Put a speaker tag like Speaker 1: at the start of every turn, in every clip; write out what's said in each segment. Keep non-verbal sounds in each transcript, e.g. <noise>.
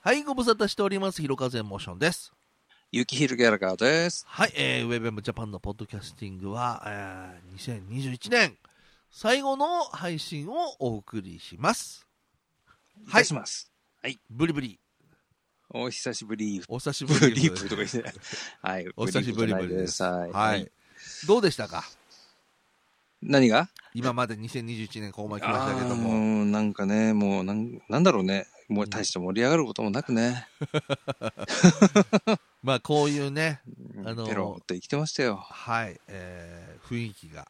Speaker 1: はい、ご無沙汰しております。ひろかぜモーションです。
Speaker 2: ゆきひるギャラガーです。
Speaker 1: はい、えー、ウェブエムジャパンのポッドキャスティングは、えー、2021年最後の配信をお送りします。はい
Speaker 2: いたします。
Speaker 1: ブリブリ、
Speaker 2: お久しぶり。
Speaker 1: お久しぶ
Speaker 2: ブ
Speaker 1: り
Speaker 2: リープとか言って。はい。
Speaker 1: お久しぶりぶりです。
Speaker 2: はい。
Speaker 1: はい。どうでしたか
Speaker 2: 何が
Speaker 1: 今まで2021年ここまで来まし
Speaker 2: あ
Speaker 1: たけ
Speaker 2: ー
Speaker 1: ど
Speaker 2: も
Speaker 1: も。
Speaker 2: うなんかね、もうなんなんだろうね。もう大して盛り上がることもなくね。
Speaker 1: まあ、こういうね、
Speaker 2: うん
Speaker 1: あのー
Speaker 2: ペロって生きてましたよ。
Speaker 1: はい、えー、雰囲気が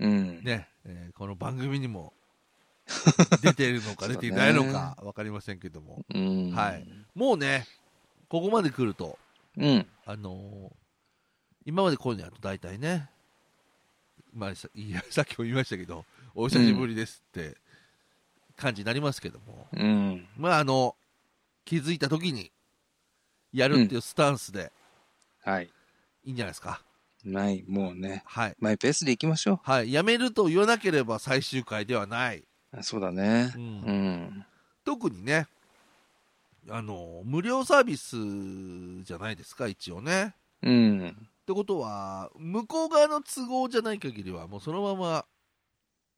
Speaker 2: うん。
Speaker 1: ね、えーこの番組にも出ているのか出ていない
Speaker 2: <laughs>
Speaker 1: のかわかりませんけども。
Speaker 2: うん。
Speaker 1: はい。もうね、ここまで来ると、
Speaker 2: うん。
Speaker 1: あのー今までこういうのやると大体ね、まあ、さいやさっきも言いましたけど、お久しぶりですって感じになりますけども、
Speaker 2: うん。
Speaker 1: まあ、あの、気づいた時にやるっていうスタンスで
Speaker 2: はい。
Speaker 1: いいんじゃないですか。
Speaker 2: ない、もうね。
Speaker 1: はい。
Speaker 2: マイペースで行きましょ
Speaker 1: はい。やめると言わなければ最終回ではない。
Speaker 2: う。あそうだね。
Speaker 1: う
Speaker 2: うんん。
Speaker 1: 特にね、あのー無料サービスじゃないですか、一応ね。
Speaker 2: うん。
Speaker 1: ってことは、向こう側の都合じゃない限りは、もうそのまま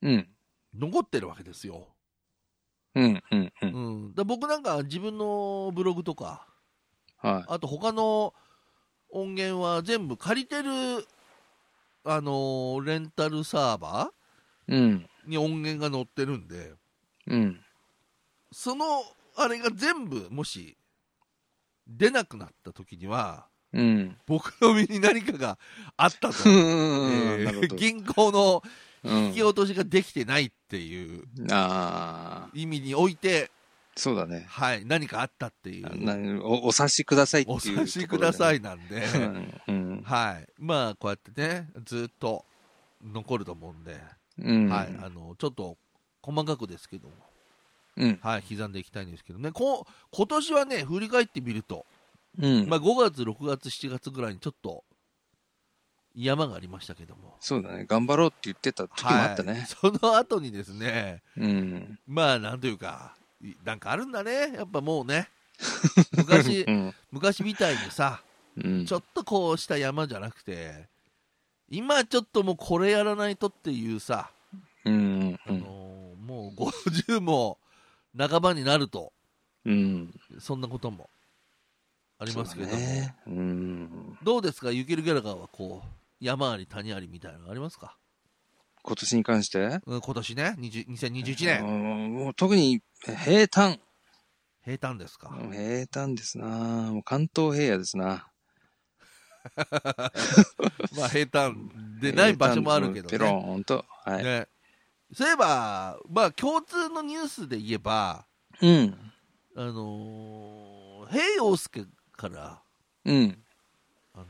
Speaker 2: うん。
Speaker 1: 残ってるわけですよ。
Speaker 2: うん。うん。う。
Speaker 1: うんん、だ僕なんか自分のブログとか、
Speaker 2: は
Speaker 1: あと他の音源は全部借りてる、あのーレンタルサーバ
Speaker 2: い。うん。
Speaker 1: ーに音源が載ってるんで、
Speaker 2: うん。
Speaker 1: そのあれが全部もし出なくなった時には、 <laughs>
Speaker 2: うん。
Speaker 1: 僕の身に何かがあったと。えー
Speaker 2: <laughs> なるほど。
Speaker 1: 銀行の
Speaker 2: うん
Speaker 1: 引き落としができてないっていう
Speaker 2: ああ、
Speaker 1: 意味において、
Speaker 2: そうだね。
Speaker 1: はい、何かあったってい
Speaker 2: あ
Speaker 1: う
Speaker 2: なおお察しくださいっていう
Speaker 1: お
Speaker 2: ところでね、
Speaker 1: 察しくださいなんで、
Speaker 2: うん。うん。
Speaker 1: はい、まあこうやってね、ずっと残ると思うんで、
Speaker 2: うん。
Speaker 1: はい、あのちょっと細かくですけども、
Speaker 2: うん。
Speaker 1: はい、刻んでいきたいんですけどね、こう今年はね、振り返ってみると、
Speaker 2: うん。
Speaker 1: まあ、5月、6月、7月ぐらいにちょっと山がありましたけども、
Speaker 2: そうだね。頑張ろうって言ってた時もあった
Speaker 1: はい
Speaker 2: ね。
Speaker 1: その後にですね、
Speaker 2: うん。
Speaker 1: まあなんというか、いなんかあるんだね、やっぱもうね、
Speaker 2: <laughs>
Speaker 1: 昔
Speaker 2: う、ん。
Speaker 1: 昔みたいにさ、
Speaker 2: うん
Speaker 1: ちょっとこうした山じゃなくて、今ちょっともうこれやらないとっていうさ、
Speaker 2: うん。う
Speaker 1: あの
Speaker 2: ん。
Speaker 1: ーもう50も半ばになると、
Speaker 2: うん。
Speaker 1: そんなこともあ
Speaker 2: あ
Speaker 1: りますけども、
Speaker 2: ね。うん。
Speaker 1: どうですか、ゆきるギャラガーはこう、山あり谷ありみたいなのありますか、
Speaker 2: 今年に関して
Speaker 1: うん、今年ね、20 2021
Speaker 2: う
Speaker 1: 年、
Speaker 2: んもう特に平坦。
Speaker 1: 平坦ですか。
Speaker 2: 平坦ですな。もう関東平野ですな。
Speaker 1: まあ平坦でない場所もあるけど
Speaker 2: 平坦
Speaker 1: ね。
Speaker 2: うんペローンと。はい。
Speaker 1: ねそういえば、まあ共通のニュースで言えば、
Speaker 2: うん。
Speaker 1: あのー、平洋介から、
Speaker 2: うん。
Speaker 1: あのー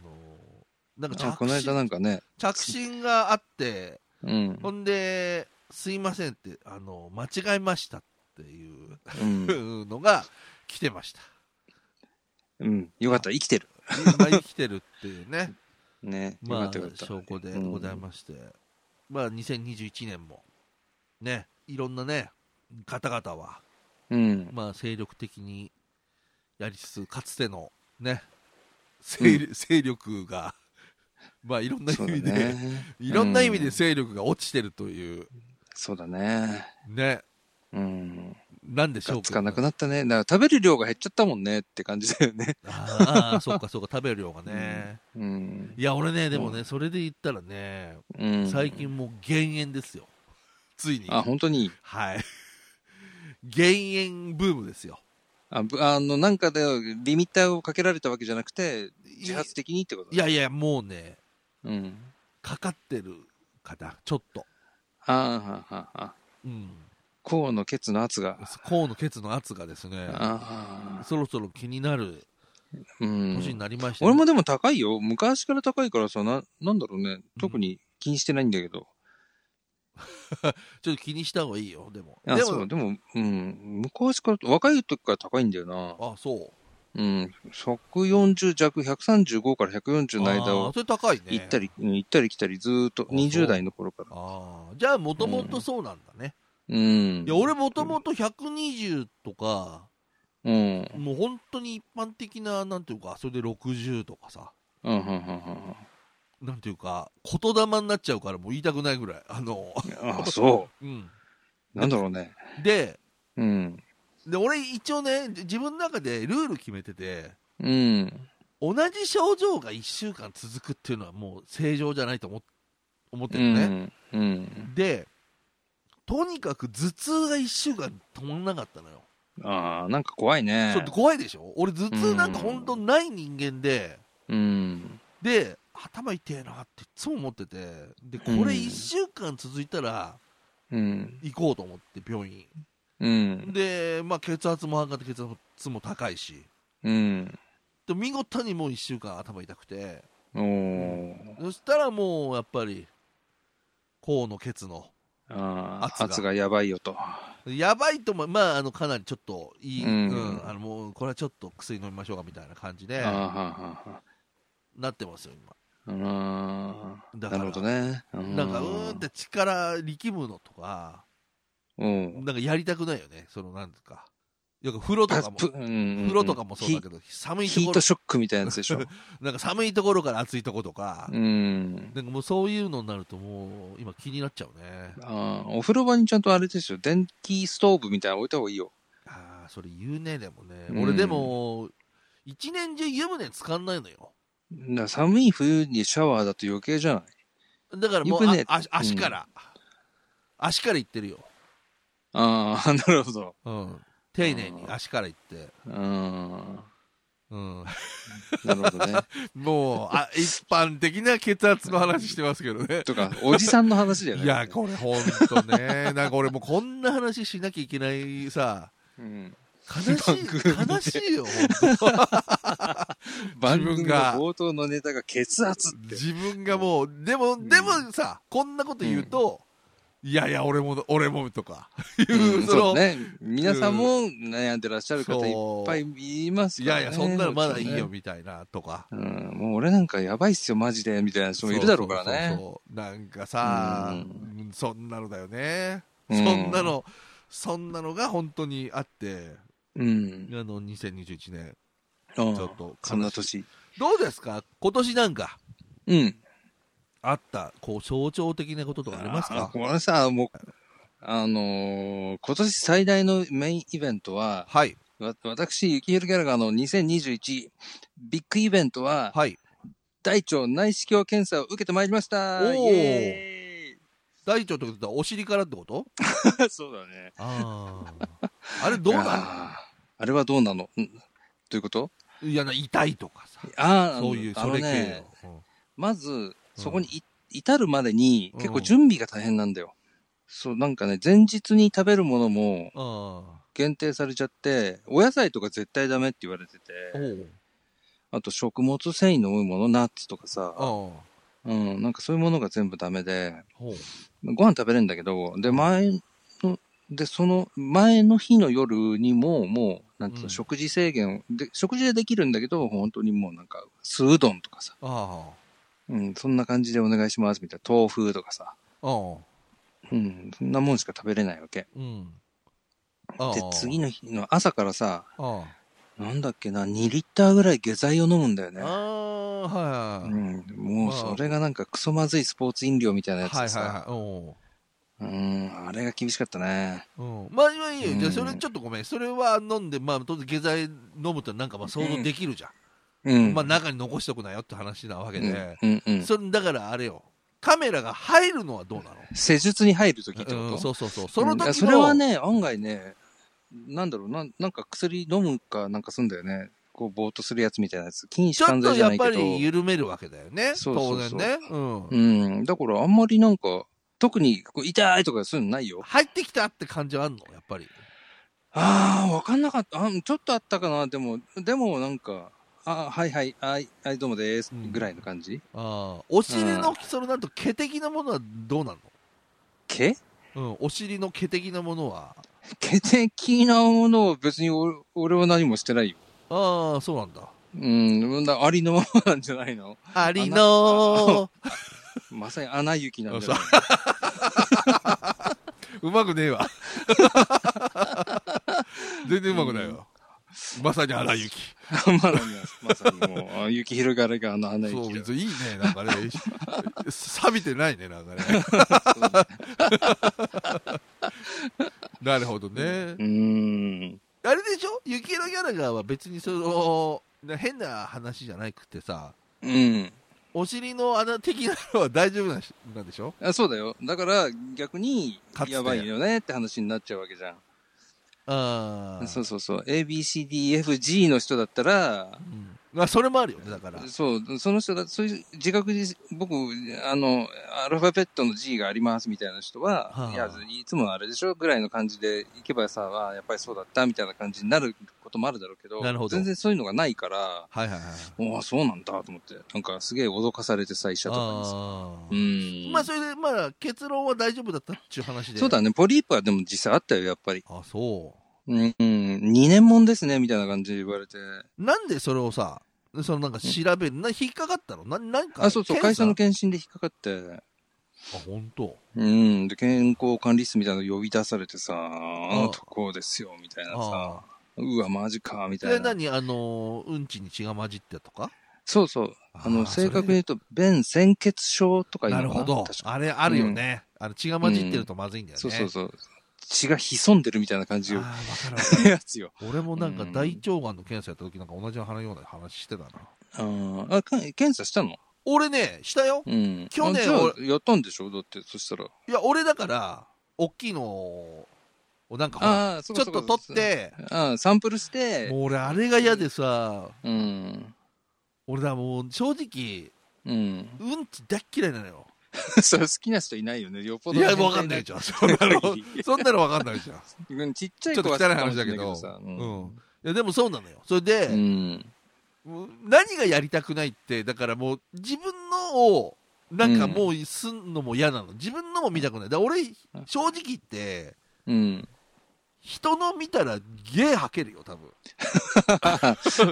Speaker 1: なんか
Speaker 2: あ
Speaker 1: 着
Speaker 2: この間
Speaker 1: 信
Speaker 2: なんかね。
Speaker 1: 着信があって、
Speaker 2: うん。
Speaker 1: ほんで、すいませんって、あのー間違えましたっていう
Speaker 2: うん。
Speaker 1: のが来てました。
Speaker 2: うん。よかった。生きてる。
Speaker 1: 今生きてるっていう
Speaker 2: <laughs>
Speaker 1: ね、
Speaker 2: ね。よか
Speaker 1: ま
Speaker 2: っ
Speaker 1: あ
Speaker 2: たよかった。
Speaker 1: 証拠でございまして、まあ2021年も、ね、いろんなね、方々は、
Speaker 2: うん。
Speaker 1: まあ、精力的にやりつつ、かつてのね、勢力勢力が、まあ、いろんな意
Speaker 2: そうだ
Speaker 1: 味で、
Speaker 2: ね。
Speaker 1: いろんな意味
Speaker 2: う
Speaker 1: で勢力が落ちてるという、
Speaker 2: そうだね。
Speaker 1: ね、
Speaker 2: うん。
Speaker 1: なんでし
Speaker 2: が
Speaker 1: ょ
Speaker 2: っ
Speaker 1: う
Speaker 2: つ
Speaker 1: か。
Speaker 2: かなくなったね。だから食べる量が減っちゃったもんねって感じだよね。 <laughs>
Speaker 1: ああ、そうか、そうか、食べる量がね。
Speaker 2: うん。
Speaker 1: いや、俺ね、でもね、それで言ったらね、
Speaker 2: うん
Speaker 1: 最。近もう減塩ですよ。ついに。
Speaker 2: あ、本当に。
Speaker 1: はい。減塩ブームですよ。
Speaker 2: あ、ぶあの、なんかで、リミッターをかけられたわけじゃなくて、自発的にってこと
Speaker 1: いやいや、もうね、
Speaker 2: うん。
Speaker 1: かかってるかな、ちょっと。
Speaker 2: あはあはあはあ。
Speaker 1: うん。
Speaker 2: 甲のケツの圧が。
Speaker 1: 河野ケツの圧がですね、
Speaker 2: ああ。
Speaker 1: そろそろ気になる
Speaker 2: う
Speaker 1: 年に
Speaker 2: ん。
Speaker 1: なりましたね、
Speaker 2: 俺もでも高いよ。昔から高いからさ、な、なんだろうね。特に気にしてないんだけど。
Speaker 1: ちょっと気にした方がいいよ、でも。
Speaker 2: あ
Speaker 1: で
Speaker 2: そう、
Speaker 1: も、
Speaker 2: でも、うん、昔から、若い時から高いんだよな。
Speaker 1: あ、そう。
Speaker 2: うん、140弱、135から140の間
Speaker 1: あー
Speaker 2: を
Speaker 1: それ高いね。
Speaker 2: 行ったり、うん行ったり来たり、ずーっと、
Speaker 1: あそう
Speaker 2: 20代の頃から。
Speaker 1: ああ、じゃあ、もともとそうなんだね。
Speaker 2: うん。
Speaker 1: いや、俺もともと120とか、
Speaker 2: うん。
Speaker 1: もう本当に一般的な、なんていうか、それで60とかさ、
Speaker 2: うん、うん、うんうん。
Speaker 1: なんていうか、言霊になっちゃうから、もう言いたくないぐらい。あの、
Speaker 2: あ、そ
Speaker 1: うん。
Speaker 2: う。なんだろうね。
Speaker 1: で、
Speaker 2: うん。
Speaker 1: で、俺一応ね、じ自分の中でルール決めてて、
Speaker 2: うん。
Speaker 1: 同じ症状が1週間続くっていうのはもう正常じゃないと思っ思って
Speaker 2: う
Speaker 1: るね。
Speaker 2: ん。うん。
Speaker 1: で、とにかく頭痛が1週間止まんなかったのよ。
Speaker 2: ああ、なんか怖いね
Speaker 1: ちょっ。と怖いでしょ俺頭痛なんか本当ない人間で、
Speaker 2: うん。
Speaker 1: で、頭痛えなっていつも思ってて、で、こ
Speaker 2: うん
Speaker 1: れ1週間続いたら
Speaker 2: うん。
Speaker 1: 行こうと思って病院。
Speaker 2: うん。
Speaker 1: で、まあ血圧も上がって血圧も高いし、
Speaker 2: うん。
Speaker 1: で見事にもう1週間頭痛くて、
Speaker 2: おお。
Speaker 1: そしたらもうやっぱり、甲のケツの、
Speaker 2: あ
Speaker 1: 圧
Speaker 2: あ、
Speaker 1: が
Speaker 2: 圧がやばいよと。
Speaker 1: やばいとも、まあ、あのかなりちょっといい、う
Speaker 2: うんん
Speaker 1: あのもうこれはちょっと薬飲みましょうかみたいな感じで
Speaker 2: ああ、はあ、は
Speaker 1: なってますよ、今。
Speaker 2: あ。うーん。
Speaker 1: だか
Speaker 2: な
Speaker 1: ら
Speaker 2: るほどね。
Speaker 1: なんか、うーんって力力むのとか、
Speaker 2: うん。
Speaker 1: なんかやりたくないよね、そのなんですか。よく風呂とかも、
Speaker 2: プうん
Speaker 1: 風呂とかもそうだけど、寒
Speaker 2: ヒ
Speaker 1: いとこ
Speaker 2: ヒー
Speaker 1: ろ
Speaker 2: ト、ショックみたいなやつ
Speaker 1: <laughs>
Speaker 2: でしょ。
Speaker 1: なんか寒いところから暑いところとか、
Speaker 2: うん。
Speaker 1: なんかもうそういうのになるともう今気になっちゃうね。
Speaker 2: ああ、お風呂場にちゃんとあれですよ。電気ストーブみたいなの置いた方がいいよ。
Speaker 1: ああ、それ言うね、でもね。
Speaker 2: うん
Speaker 1: 俺でも、一年中湯船使んないのよ。
Speaker 2: だから寒い冬にシャワーだと余計じゃない
Speaker 1: だからもう、
Speaker 2: 湯船
Speaker 1: ああ足から、足から行ってるよ。
Speaker 2: あ <laughs> あ、なるほど。
Speaker 1: うん。丁寧に足から行って。
Speaker 2: うん。な
Speaker 1: <laughs> うん、
Speaker 2: るほどね。
Speaker 1: <laughs> もうあ、一般的な血圧の話してますけど <laughs> ね。
Speaker 2: とか、おじさんの話だよね。
Speaker 1: いや、これほんとね。なんか俺もうこんな話しなきゃいけないさ、
Speaker 2: うん、
Speaker 1: 悲 <laughs> し
Speaker 2: 番組
Speaker 1: い、悲しいよ、ほんと自分
Speaker 2: 番組の
Speaker 1: が
Speaker 2: 冒頭のネタが血圧って。
Speaker 1: 自分がもう、でも、でもさ、こんなこと言うと、いやいや、俺も、俺もとか、いう、
Speaker 2: うん
Speaker 1: その
Speaker 2: そうね。皆さんも悩んでらっしゃる方いっぱいいます
Speaker 1: い
Speaker 2: から、
Speaker 1: や
Speaker 2: ね。
Speaker 1: いや、そんなのまだいいよ、
Speaker 2: も
Speaker 1: みたいな、とか。
Speaker 2: ちろんね。うん、もう俺なんかやばいっすよ、マジで、みたいな人もいるだろうから
Speaker 1: そ
Speaker 2: ね。
Speaker 1: うそうそうなんかさ、
Speaker 2: う
Speaker 1: そんなのだよね。
Speaker 2: うん
Speaker 1: そんなの、そんなのが本当にあって、
Speaker 2: うん。
Speaker 1: あの、2021年、
Speaker 2: ちょ
Speaker 1: ちょっと
Speaker 2: そん
Speaker 1: 悲
Speaker 2: な
Speaker 1: しい。
Speaker 2: 年。
Speaker 1: どうですか今年なんか、
Speaker 2: うん。
Speaker 1: あった、こう、象徴的なこととかあります
Speaker 2: あ
Speaker 1: か
Speaker 2: これさ、もう、あのー今年最大のメインイベントは、
Speaker 1: はい、
Speaker 2: わ私、雪ひるギャラガーの2021ビッグイベントは、
Speaker 1: はい。
Speaker 2: 大腸内視鏡検査を受けてまいりました
Speaker 1: おー
Speaker 2: イエ
Speaker 1: 大腸ってことはお尻からってこと
Speaker 2: ーイ <laughs> そうだね。
Speaker 1: あ
Speaker 2: <laughs>
Speaker 1: あ。あれどうな
Speaker 2: あーあれはどうなのうんどういうこと
Speaker 1: のいやな、痛いとかさ。
Speaker 2: ああ、
Speaker 1: そういう、
Speaker 2: あ
Speaker 1: そ
Speaker 2: の
Speaker 1: れ系
Speaker 2: ね、
Speaker 1: の。うん
Speaker 2: まず、そこにい、至るまでに結構準備が大変なんだよ。そう、なんかね、前日に食べるものも
Speaker 1: あ
Speaker 2: 限定されちゃって、お野菜とか絶対ダメって言われてて、
Speaker 1: あ。おう
Speaker 2: あと食物繊維の多いもの、ナッツとか
Speaker 1: ああ。
Speaker 2: さ、
Speaker 1: ほ
Speaker 2: うん、なんかそういうものが全部ダメで、
Speaker 1: う。
Speaker 2: ご飯食べれるんだけど、で、前の、で、その前の日の夜にも、もう、なんつうの、
Speaker 1: うん
Speaker 2: 食事制限をで、食事でできるんだけど、本当にもうなんか、酢うどんとかさ、
Speaker 1: あ
Speaker 2: うん、そんな感じでお願いしますみたいな、豆腐とかさ、
Speaker 1: あ。ああ。
Speaker 2: うん、そんなもんしか食べれないわけ。
Speaker 1: うん。ああ
Speaker 2: で、次の日の朝からさ、
Speaker 1: あ
Speaker 2: なんだっけな、2リッターぐらい下剤を飲むんだよ
Speaker 1: あ。
Speaker 2: ね。
Speaker 1: ああ、
Speaker 2: う
Speaker 1: はいはい。
Speaker 2: ん、もうそれがなんかクソまずいスポーツ飲料みたいなやつ
Speaker 1: はいは
Speaker 2: で
Speaker 1: い
Speaker 2: さ、
Speaker 1: はい。おう
Speaker 2: うん、あれが厳しかったね。
Speaker 1: うん、まあ、いやいいよ。じゃあ、
Speaker 2: うん
Speaker 1: それちょっとごめん。それは飲んで、まあ、当然、下剤飲むってなんか、まあ、想像できるじゃん。
Speaker 2: うん。
Speaker 1: まあ、中に残しとくなよって話なわけで。
Speaker 2: うん、うん、うん。
Speaker 1: それ、だから、あれよ。カメラが入るのはどうなの
Speaker 2: 施術に入るときってこと、
Speaker 1: うん、そうそうそう。その時
Speaker 2: う
Speaker 1: の
Speaker 2: んそれはね、案外ね、なんだろうな、なんか薬飲むかなんかすんだよね。こう、ぼーっとするやつみたいなやつ。禁
Speaker 1: ち
Speaker 2: 止
Speaker 1: ょ
Speaker 2: 完
Speaker 1: っ
Speaker 2: 全
Speaker 1: と
Speaker 2: じゃ
Speaker 1: や
Speaker 2: な
Speaker 1: っ
Speaker 2: い
Speaker 1: ぱ
Speaker 2: けど。
Speaker 1: り緩めるわけだよね。
Speaker 2: そうそうそ
Speaker 1: 当
Speaker 2: う
Speaker 1: 然ね。うん。
Speaker 2: うん。だからあんまりなんか、特にこう痛いとかそういうのないよ。
Speaker 1: 入ってきたって感じはあんのやっぱり。
Speaker 2: ああ、わかんなかった。あーちょっとあったかな。でも、でもなんか、あーはいはい、はい、はい、どうもです。
Speaker 1: うん
Speaker 2: ぐらいの感じ。
Speaker 1: ああ。お尻の、それなんと毛的なものはどうな
Speaker 2: 毛
Speaker 1: のうん。お尻の毛的なものは。
Speaker 2: 毛的なものを別に俺俺は何もしてないよ。
Speaker 1: ああ、そうなんだ。
Speaker 2: うん、だありのままなんじゃないの
Speaker 1: ありの
Speaker 2: まさに穴行きなんだよ。 <laughs>
Speaker 1: ー。うまくねえわ。全然うまくないわ。まさに荒雪。
Speaker 2: まだねまさにも
Speaker 1: <laughs>
Speaker 2: う、あ雪広がりがあの花
Speaker 1: そう、
Speaker 2: 雪だ。
Speaker 1: 水いいね、なんかね。錆びてないね、なんかね。なるほどね
Speaker 2: う。ーん。
Speaker 1: あれでしょ雪のギャラガーは別にその、な変な話じゃなくてさ、
Speaker 2: うん。
Speaker 1: お尻の穴的なのは大丈夫なんしなんでしょ
Speaker 2: あそうだよ。だから逆に
Speaker 1: かつ、て
Speaker 2: やばいよねって話になっちゃうわけじゃん。
Speaker 1: ああ。
Speaker 2: そうそうそう。A, B, C, D, E, F, G の人だったら、
Speaker 1: うんまあ、それもあるよね、だから。
Speaker 2: そう、その人だ、そういう自覚で、僕、あの、アルファベットの G がありますみたいな人は、
Speaker 1: はあ
Speaker 2: いや、いつもあれでしょぐらいの感じで行けばさ、あやっぱりそうだったみたいな感じになることもあるだろうけど、
Speaker 1: なるほど
Speaker 2: 全然そういうのがないから、
Speaker 1: はいはいはい。
Speaker 2: おお、そうなんだと思って、なんかすげえ脅かされてさ、医者とかにさ。
Speaker 1: あ
Speaker 2: う
Speaker 1: ー
Speaker 2: ん。
Speaker 1: まあ、それで、まあ、結論は大丈夫だったっていう話で。
Speaker 2: そうだね、ポリープはでも実際あったよ、やっぱり。
Speaker 1: あ、そ
Speaker 2: うん、うん、2年もんですね、みたいな感じで言われて。
Speaker 1: う。なんでそれをさ、そのなんか調べる、な引っかかったのななんか。
Speaker 2: あ、そうそう、
Speaker 1: 検
Speaker 2: 会
Speaker 1: 査
Speaker 2: 社の検診で引っかかって。
Speaker 1: あ、本当。
Speaker 2: うん、で、健康管理室みたいなの呼び出されてさ、あのとこですよ、みたいなさ、
Speaker 1: ああ。
Speaker 2: うわ、マジか、み
Speaker 1: そ
Speaker 2: た
Speaker 1: れ
Speaker 2: いな。
Speaker 1: 何あの、うんちに血が混じってとか
Speaker 2: そうそう、あの、
Speaker 1: ー
Speaker 2: 正確
Speaker 1: それ
Speaker 2: に言うと、便潜血症とか言
Speaker 1: な
Speaker 2: う
Speaker 1: る
Speaker 2: のか
Speaker 1: ほ
Speaker 2: な
Speaker 1: ど。
Speaker 2: 確か
Speaker 1: あれあるよね。あの血が混じってるとまずいんだよね。
Speaker 2: そうそうそう。血が潜んでるみたいな感じ
Speaker 1: あ
Speaker 2: よ
Speaker 1: あ、わ。かるわか
Speaker 2: <laughs>
Speaker 1: る
Speaker 2: やつよ。
Speaker 1: 俺もなんか
Speaker 2: うん
Speaker 1: 大腸がんの検査やった時なんか同じ話ような話してたな。
Speaker 2: あーあ、か検査したの
Speaker 1: 俺ね、したよ。
Speaker 2: うん。
Speaker 1: 去年
Speaker 2: あじゃあやったんでしょだって、そしたら。
Speaker 1: いや、俺だから、大きいのを、なんかほら
Speaker 2: ああ、そ
Speaker 1: ちょ
Speaker 2: こ
Speaker 1: っと
Speaker 2: そこ
Speaker 1: 取っ。て、
Speaker 2: ああ、サンプルして
Speaker 1: も、う俺あれが嫌でさ、
Speaker 2: うん。
Speaker 1: 俺だもう正直、
Speaker 2: うん。 <laughs>
Speaker 1: うんち大っ嫌いなのよ。
Speaker 2: それ好きな人いないよね。よっぽ
Speaker 1: い
Speaker 2: ど。
Speaker 1: や、わかんないじゃん。そんな
Speaker 2: <laughs>
Speaker 1: の、 <laughs> そんなのわかんないじゃん。い
Speaker 2: うんちっちゃい子は
Speaker 1: ちょっと汚い話だけど
Speaker 2: 好きかもしれない
Speaker 1: うんや、でもそうなのよ。それで、
Speaker 2: けどさうん。
Speaker 1: もう何がやりたくないってだからもう自分のをなんかもうすんのも嫌なの、自分のも見たくないだから俺正直言って <laughs>
Speaker 2: うん。
Speaker 1: 人の見たらゲー吐けるよ多分、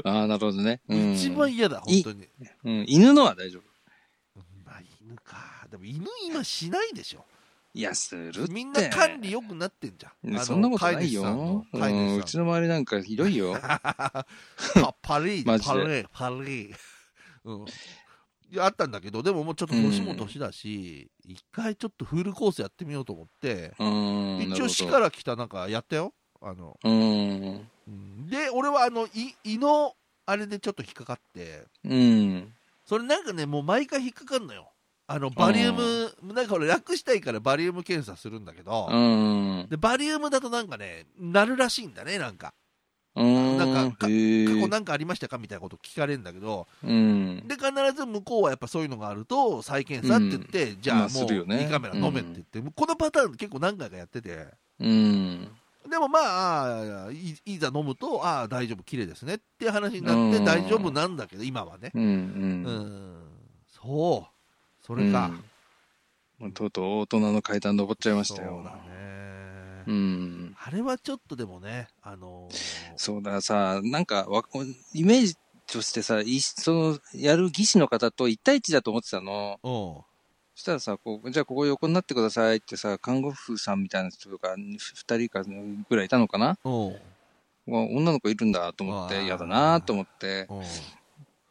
Speaker 2: ああ、なるほどね。うん
Speaker 1: 一番嫌だ本当に
Speaker 2: うん。犬のは大丈夫。
Speaker 1: まあ犬かでも犬今しないでしょ
Speaker 2: いや、するって。
Speaker 1: みんな管理良くなってんじゃん
Speaker 2: ね
Speaker 1: あの
Speaker 2: そんなことない
Speaker 1: 飼い主さん
Speaker 2: よ
Speaker 1: の。
Speaker 2: う
Speaker 1: 飼い
Speaker 2: んう
Speaker 1: 主
Speaker 2: ち
Speaker 1: さん
Speaker 2: の周りなんかひど
Speaker 1: <laughs>
Speaker 2: いよ。 <laughs>
Speaker 1: パパリ
Speaker 2: マジで
Speaker 1: パリパリ <laughs> うんいやあったんだけどでももうちょっと年も年だし、一回ちょっとフルコースやってみようと思って、
Speaker 2: うん。なる
Speaker 1: 一
Speaker 2: ほ
Speaker 1: 応
Speaker 2: ど
Speaker 1: 市から来たなんかやったよあの、
Speaker 2: うん。
Speaker 1: うんで俺はあのい胃のあれでちょっと引っかかって
Speaker 2: うん。
Speaker 1: それなんかねもう毎回引っかかんのよあのバリウム、なんか俺楽したいからバリウム検査するんだけど、
Speaker 2: うん。
Speaker 1: でバリウムだとなんかねなるらしいんだねなんか
Speaker 2: うん。
Speaker 1: なんかか
Speaker 2: へ
Speaker 1: 過去
Speaker 2: ー
Speaker 1: なんかありましたかみたいなこと聞かれるんだけど
Speaker 2: うん。
Speaker 1: で必ず向こうはやっぱそういうのがあると再検査って言って、じゃ
Speaker 2: ま
Speaker 1: あも
Speaker 2: あす
Speaker 1: う
Speaker 2: るよね
Speaker 1: 胃カメラ飲めって言って、このパターン結構何回かやってて、
Speaker 2: うん。
Speaker 1: でもまああー、いいざ飲むと、ああ、大丈夫、綺麗ですねっていう話になって、
Speaker 2: うん
Speaker 1: 大丈夫なんだけど、今はね。
Speaker 2: う。
Speaker 1: うん
Speaker 2: うん。
Speaker 1: ん、そう、それか。
Speaker 2: うん。とうとう大人の階段登っちゃいました
Speaker 1: そう
Speaker 2: よ
Speaker 1: だ。ね、
Speaker 2: うん。
Speaker 1: あれはちょっとでもね、あのー
Speaker 2: そうださ、なんかわ、イメージとしてさ、いその、やる技師の方と一対一だと思ってたの。
Speaker 1: うん
Speaker 2: そしたらさ、こう、じゃあここ横になってくださいってさ、看護婦さんみたいな人が二人かぐらいいたのかな
Speaker 1: うん
Speaker 2: わ女の子いるんだと思っ
Speaker 1: わあ
Speaker 2: て、嫌だなと思って。
Speaker 1: うん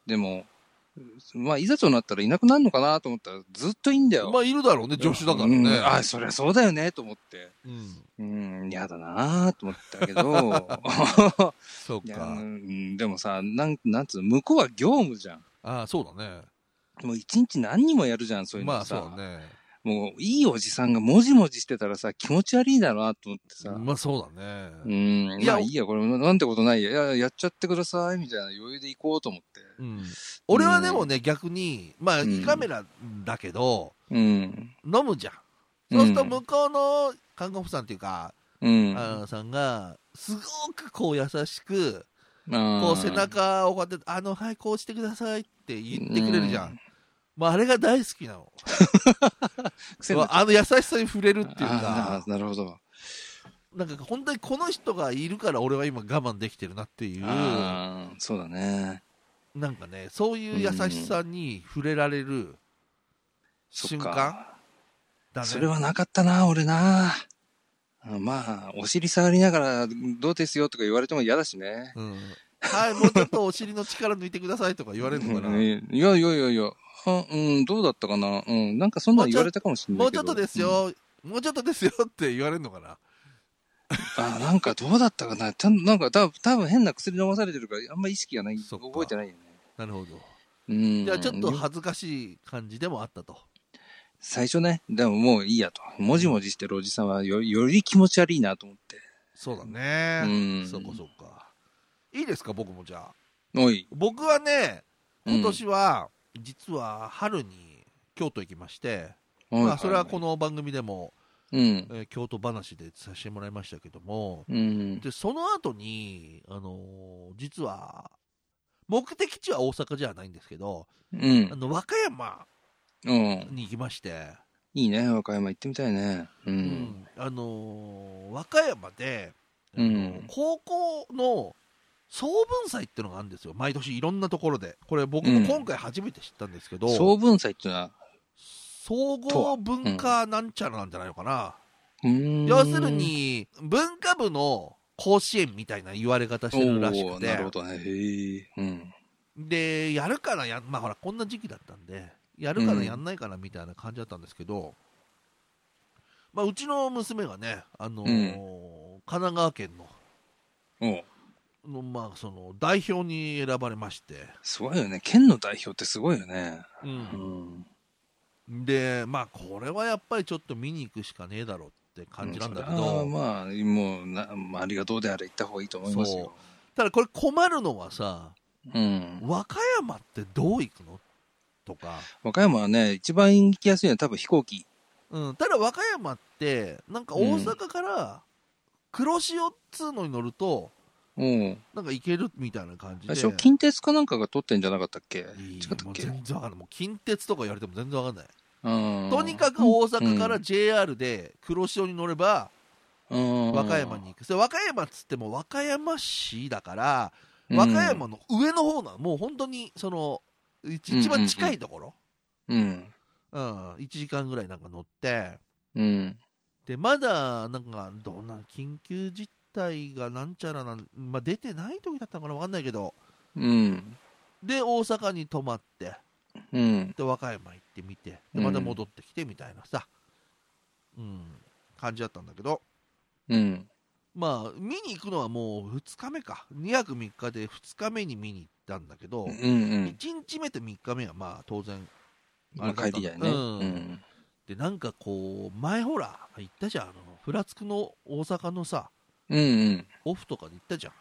Speaker 2: でも、まあ、いざとなったらいなくなるのかなと思ったら、ずっといいんだよ。
Speaker 1: まあ、いるだろうね、助手だから
Speaker 2: うん
Speaker 1: ね。
Speaker 2: あ、そりゃそうだよね、と思って。
Speaker 1: うん、
Speaker 2: うん、嫌だなと思ったけど。
Speaker 1: そう
Speaker 2: いや、う
Speaker 1: か。
Speaker 2: ん、でもさ、なん、なんつうの、向こうは業務じゃん。
Speaker 1: ああ、そうだね。
Speaker 2: もう一日何人もやるじゃん、そういう
Speaker 1: ま
Speaker 2: の
Speaker 1: あ、
Speaker 2: さ。
Speaker 1: そうだね。
Speaker 2: もういいおじさんがもじもじしてたらさ、気持ち悪いだろうなと思ってさ。
Speaker 1: まあ、そうだね。
Speaker 2: うん、
Speaker 1: い
Speaker 2: い
Speaker 1: や
Speaker 2: や、いいや、これ、なんてことないや。いや、やっちゃってください、みたいな余裕で行こうと思って。
Speaker 1: うん、俺はでもね、逆に、まあ、胃カメラだけど、
Speaker 2: うん。
Speaker 1: 飲むじゃん。そうすると
Speaker 2: ん
Speaker 1: 向こうの看護婦さんっていうか、
Speaker 2: うん。
Speaker 1: あーさんが、すごくこう優しく、こ
Speaker 2: こ
Speaker 1: う背中をこうやって、あの、はい、こうしてくださいって言ってくれるじゃん。まあ、あれが大好きなの。
Speaker 2: 癖になっちゃ
Speaker 1: あの優しさに触れるっ
Speaker 2: う
Speaker 1: ていう
Speaker 2: あ
Speaker 1: か、
Speaker 2: ーなるほど。
Speaker 1: なんか本当にこの人がいるから俺は今我慢できてるなっていう、な
Speaker 2: ああ、そうだね。
Speaker 1: んかね、そういう優しさに触れられる
Speaker 2: そっ
Speaker 1: 瞬間
Speaker 2: か。
Speaker 1: だね。
Speaker 2: それはなかったな、俺な。うんまあ、お尻触りながら、どうですよとか言われても嫌だしね。
Speaker 1: うん。はい、もうちょっとお尻の力抜いてくださいとか言われるのかな。
Speaker 2: うんいやいやいやいや。あうん、どうだったかなうん、なんかそんなの言われたかもしれな
Speaker 1: も
Speaker 2: いうけ
Speaker 1: ちょ
Speaker 2: ど。
Speaker 1: っとです
Speaker 2: うん。
Speaker 1: よ、もうちょっとですよって言われるのかな。
Speaker 2: あなんかどうだったかなちゃんなんか多分多分変な薬飲まされてるから、あんま意識がない。
Speaker 1: そっか
Speaker 2: 覚えてないよね。
Speaker 1: なるほど。
Speaker 2: うん。
Speaker 1: じゃあちょっと恥ずかしい感じでもあったと。
Speaker 2: 最初ね、でももういいやと。もじもじしてるおじさんはよより気持ち悪いなと思って。
Speaker 1: そうだ
Speaker 2: う
Speaker 1: ね。
Speaker 2: ん。
Speaker 1: そうかそうか。いいですか、僕もじゃあ。
Speaker 2: おい。
Speaker 1: 僕はね、
Speaker 2: うん
Speaker 1: 今年は、実は春に京都行きまして、
Speaker 2: おい
Speaker 1: まあ、それはこの番組でも、
Speaker 2: うん。
Speaker 1: えー京都話でさせてもらいましたけども、
Speaker 2: うん。
Speaker 1: でその後に、あのー実は目的地は大阪じゃないんですけど、
Speaker 2: うん
Speaker 1: あ。の和歌山
Speaker 2: うん。
Speaker 1: に行きまして、
Speaker 2: いいね、和歌山行ってみたいね。う。
Speaker 1: うんあのー和歌山で、あのー
Speaker 2: うん
Speaker 1: 高校の総文祭ってのがあるんですよ毎年いろんなところでこれ僕も今回初めて知ったんですけど、
Speaker 2: 総文祭ってのは、
Speaker 1: 総合文化なんちゃらなんじゃないのかな、
Speaker 2: うーん
Speaker 1: 要する、に文化部の甲子園みたいな言われ方してるらしく
Speaker 2: おー
Speaker 1: て
Speaker 2: なるほどね。へえ。うん。
Speaker 1: でやるからやんまあほらこんな時期だったんでやるからやんないからみたいな感じだったんですけど、うまあ、うちの娘がね、あのー神奈川県
Speaker 2: おう
Speaker 1: のの,、まあその代表に選ばれまして、
Speaker 2: すごいよね。県の代表ってすごいよね。
Speaker 1: うん
Speaker 2: ん。
Speaker 1: でまあこれはやっぱりちょっと見に行くしかねえだろうって感じなんだけ
Speaker 2: うそれ
Speaker 1: ど、
Speaker 2: はまあ、もうな、まあ、ありがとうであれ行った方がいいと思いますよ。
Speaker 1: ただこれ困るのはさ
Speaker 2: うん。
Speaker 1: 和歌山ってどう行くのとか、
Speaker 2: 和歌山はね、一番行きやすいのは多分飛行機。
Speaker 1: うん、ただ和歌山ってなんか大阪から黒潮っつうのに乗ると
Speaker 2: うん。
Speaker 1: なんか行けるみたいな感じで
Speaker 2: 最初、近鉄かなんかが取ってんじゃなかったっけ違っ
Speaker 1: いい
Speaker 2: た
Speaker 1: もう
Speaker 2: っけ
Speaker 1: 全然わかんないもう近鉄とか言われても全然わかんない、
Speaker 2: うん。
Speaker 1: とにかく大阪か
Speaker 2: う
Speaker 1: ら
Speaker 2: ん
Speaker 1: JR で黒潮に乗れば
Speaker 2: く、うん
Speaker 1: 和歌山に行く、それ和歌山っつっても和歌山市だから和歌山の上の方なのもう本当にその一一番近いところ、
Speaker 2: うん。
Speaker 1: うん1時間ぐらいなんか乗って
Speaker 2: うん。
Speaker 1: でまだなんかどんな緊急事態がなんちゃらなん、まあ、出てない時だったのかなわかんないけど
Speaker 2: うん。
Speaker 1: で大阪に泊まって
Speaker 2: うん。
Speaker 1: で和歌山行ってみて
Speaker 2: う
Speaker 1: で
Speaker 2: ん
Speaker 1: また戻ってきてみたいなさ、うん感じだったんだけど
Speaker 2: うん。
Speaker 1: まあ見に行くのはもう2日目か2泊3日で2日目に見に行ったんだけど、
Speaker 2: うん。
Speaker 1: 1日目と3日目はまあ当然
Speaker 2: まあ、帰りだよね。
Speaker 1: うん
Speaker 2: うん。
Speaker 1: でなんかこう前ほら行ったじゃんあのふらつくの大阪のさ
Speaker 2: うん。
Speaker 1: オフとかで行ったじゃん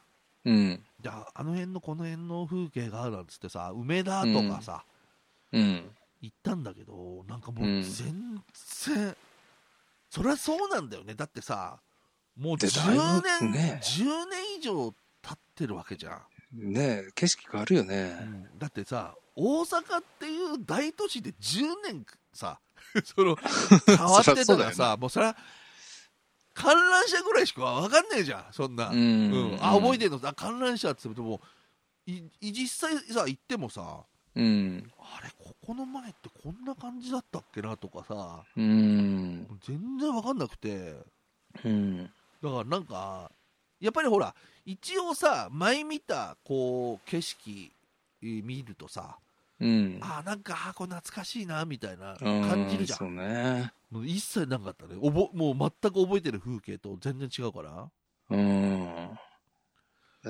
Speaker 2: うん。
Speaker 1: じゃああの辺のこの辺の風景があるなんつってさ梅田とかさ、
Speaker 2: うん。
Speaker 1: 行ったんだけどなんかもう
Speaker 2: うん
Speaker 1: 全然、そりゃそうなんだよねだってさもう
Speaker 2: で
Speaker 1: 10
Speaker 2: だいぶ
Speaker 1: 年、
Speaker 2: ね
Speaker 1: 10年以上経ってるわけじゃ
Speaker 2: ねえ景色変わるよ
Speaker 1: ん、
Speaker 2: ね。
Speaker 1: だってさ大阪っていう大都市で10年さ <laughs> そ
Speaker 2: <laughs>
Speaker 1: の変わってたら
Speaker 2: そりゃそうだ
Speaker 1: さもうそりゃ観覧車ぐらいしかわかんねえじゃんそんな、
Speaker 2: ん
Speaker 1: うん、あ覚えてんのあ観覧車っつってもいい実際さ行ってもさ
Speaker 2: うん。
Speaker 1: あれここの前ってこんな感じだったっけなとかさ
Speaker 2: うん。
Speaker 1: 全然わかんなくて
Speaker 2: うん。
Speaker 1: だからなんかやっぱりほら一応さ前見たこう景色えー見るとさ
Speaker 2: うん。
Speaker 1: あーなんかあーこれ懐かしいなみたいな
Speaker 2: うん
Speaker 1: 感じるじゃ
Speaker 2: そ
Speaker 1: ん
Speaker 2: うね。
Speaker 1: もう一切なかったねおぼもう全く覚えてる風景と全然違うから
Speaker 2: うん。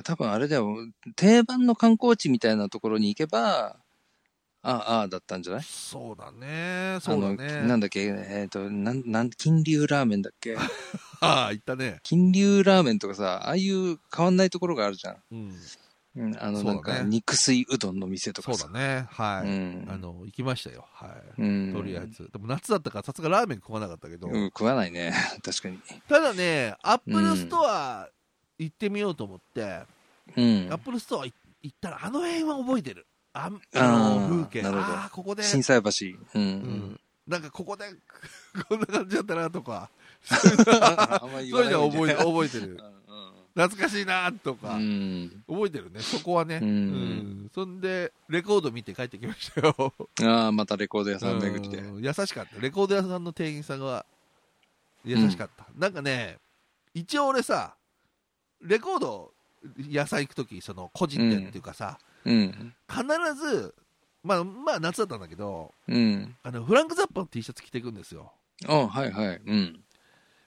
Speaker 2: 多分あれだよ、定番の観光地みたいなところに行けば、ああ、ああだったんじゃない
Speaker 1: そうだねそうだ
Speaker 2: あのな
Speaker 1: ね
Speaker 2: んだっけ、えっ、と、なん、なん、金龍ラーメンだっ
Speaker 1: <laughs>
Speaker 2: け
Speaker 1: ああ言ったね
Speaker 2: 金龍ラーメンとかさ、ああいう変わんないところがあるじゃん。
Speaker 1: うん
Speaker 2: うん、あの、
Speaker 1: そうだ
Speaker 2: な
Speaker 1: ね
Speaker 2: んか、肉水うどんの店と
Speaker 1: そ
Speaker 2: か
Speaker 1: う
Speaker 2: さ
Speaker 1: だ。ねはい、
Speaker 2: うん
Speaker 1: あの行きましたよはい、
Speaker 2: うん。
Speaker 1: とりあえずでも夏だったからさすがラーメン食わなかったけど、
Speaker 2: うん、食わないね。 <laughs> 確かに。
Speaker 1: ただねアップルストア行ってみようと思って、
Speaker 2: うん
Speaker 1: アッ。プルストア行行ったらあの辺は覚えてるあん
Speaker 2: あ
Speaker 1: あ
Speaker 2: ー
Speaker 1: の風景
Speaker 2: なるほど
Speaker 1: あーここで、
Speaker 2: 震災橋。う。
Speaker 1: うんん、なんかここで <laughs> こんな感じだったなとか
Speaker 2: あんまり
Speaker 1: そういうのは覚え
Speaker 2: ない
Speaker 1: 覚えて
Speaker 2: <laughs>
Speaker 1: る懐かしいなと
Speaker 2: う
Speaker 1: か、
Speaker 2: ん。
Speaker 1: 覚えてるねそこはね、
Speaker 2: うん
Speaker 1: うんそんでレコード見て帰ってきましたよ
Speaker 2: ああ、またレコード屋さん巡って。
Speaker 1: うん優しかったレコード屋さんの店員さんが優しかった、なんかね一応俺さレコード野菜行く時その個人店っていうかさ、
Speaker 2: うん。
Speaker 1: 必ずまあまあ夏だったんだけど
Speaker 2: うん。
Speaker 1: あのフランク・ザッパの T シャツ着てくんですよ
Speaker 2: あはいはい。うん。